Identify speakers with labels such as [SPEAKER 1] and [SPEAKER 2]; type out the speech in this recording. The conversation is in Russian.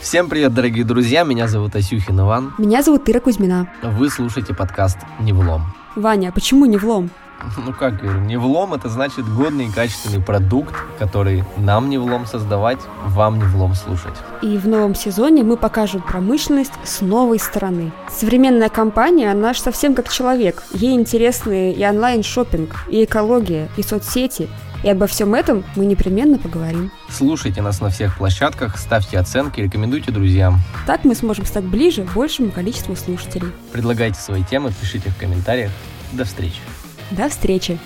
[SPEAKER 1] Всем привет, дорогие друзья, меня зовут Асюхин Иван.
[SPEAKER 2] Меня зовут Ира Кузьмина.
[SPEAKER 1] Вы слушаете подкаст «Не влом».
[SPEAKER 2] Ваня, почему не влом?
[SPEAKER 1] Ну как говорю, не влом это значит годный и качественный продукт, который нам не влом создавать, вам не влом слушать.
[SPEAKER 2] И в новом сезоне мы покажем промышленность с новой стороны. Современная компания, она же совсем как человек. Ей интересны и онлайн шопинг и экология, и соцсети, и обо всем этом мы непременно поговорим.
[SPEAKER 1] Слушайте нас на всех площадках, ставьте оценки, рекомендуйте друзьям.
[SPEAKER 2] Так мы сможем стать ближе большему количеству слушателей.
[SPEAKER 1] Предлагайте свои темы, пишите в комментариях. До встречи.
[SPEAKER 2] До встречи!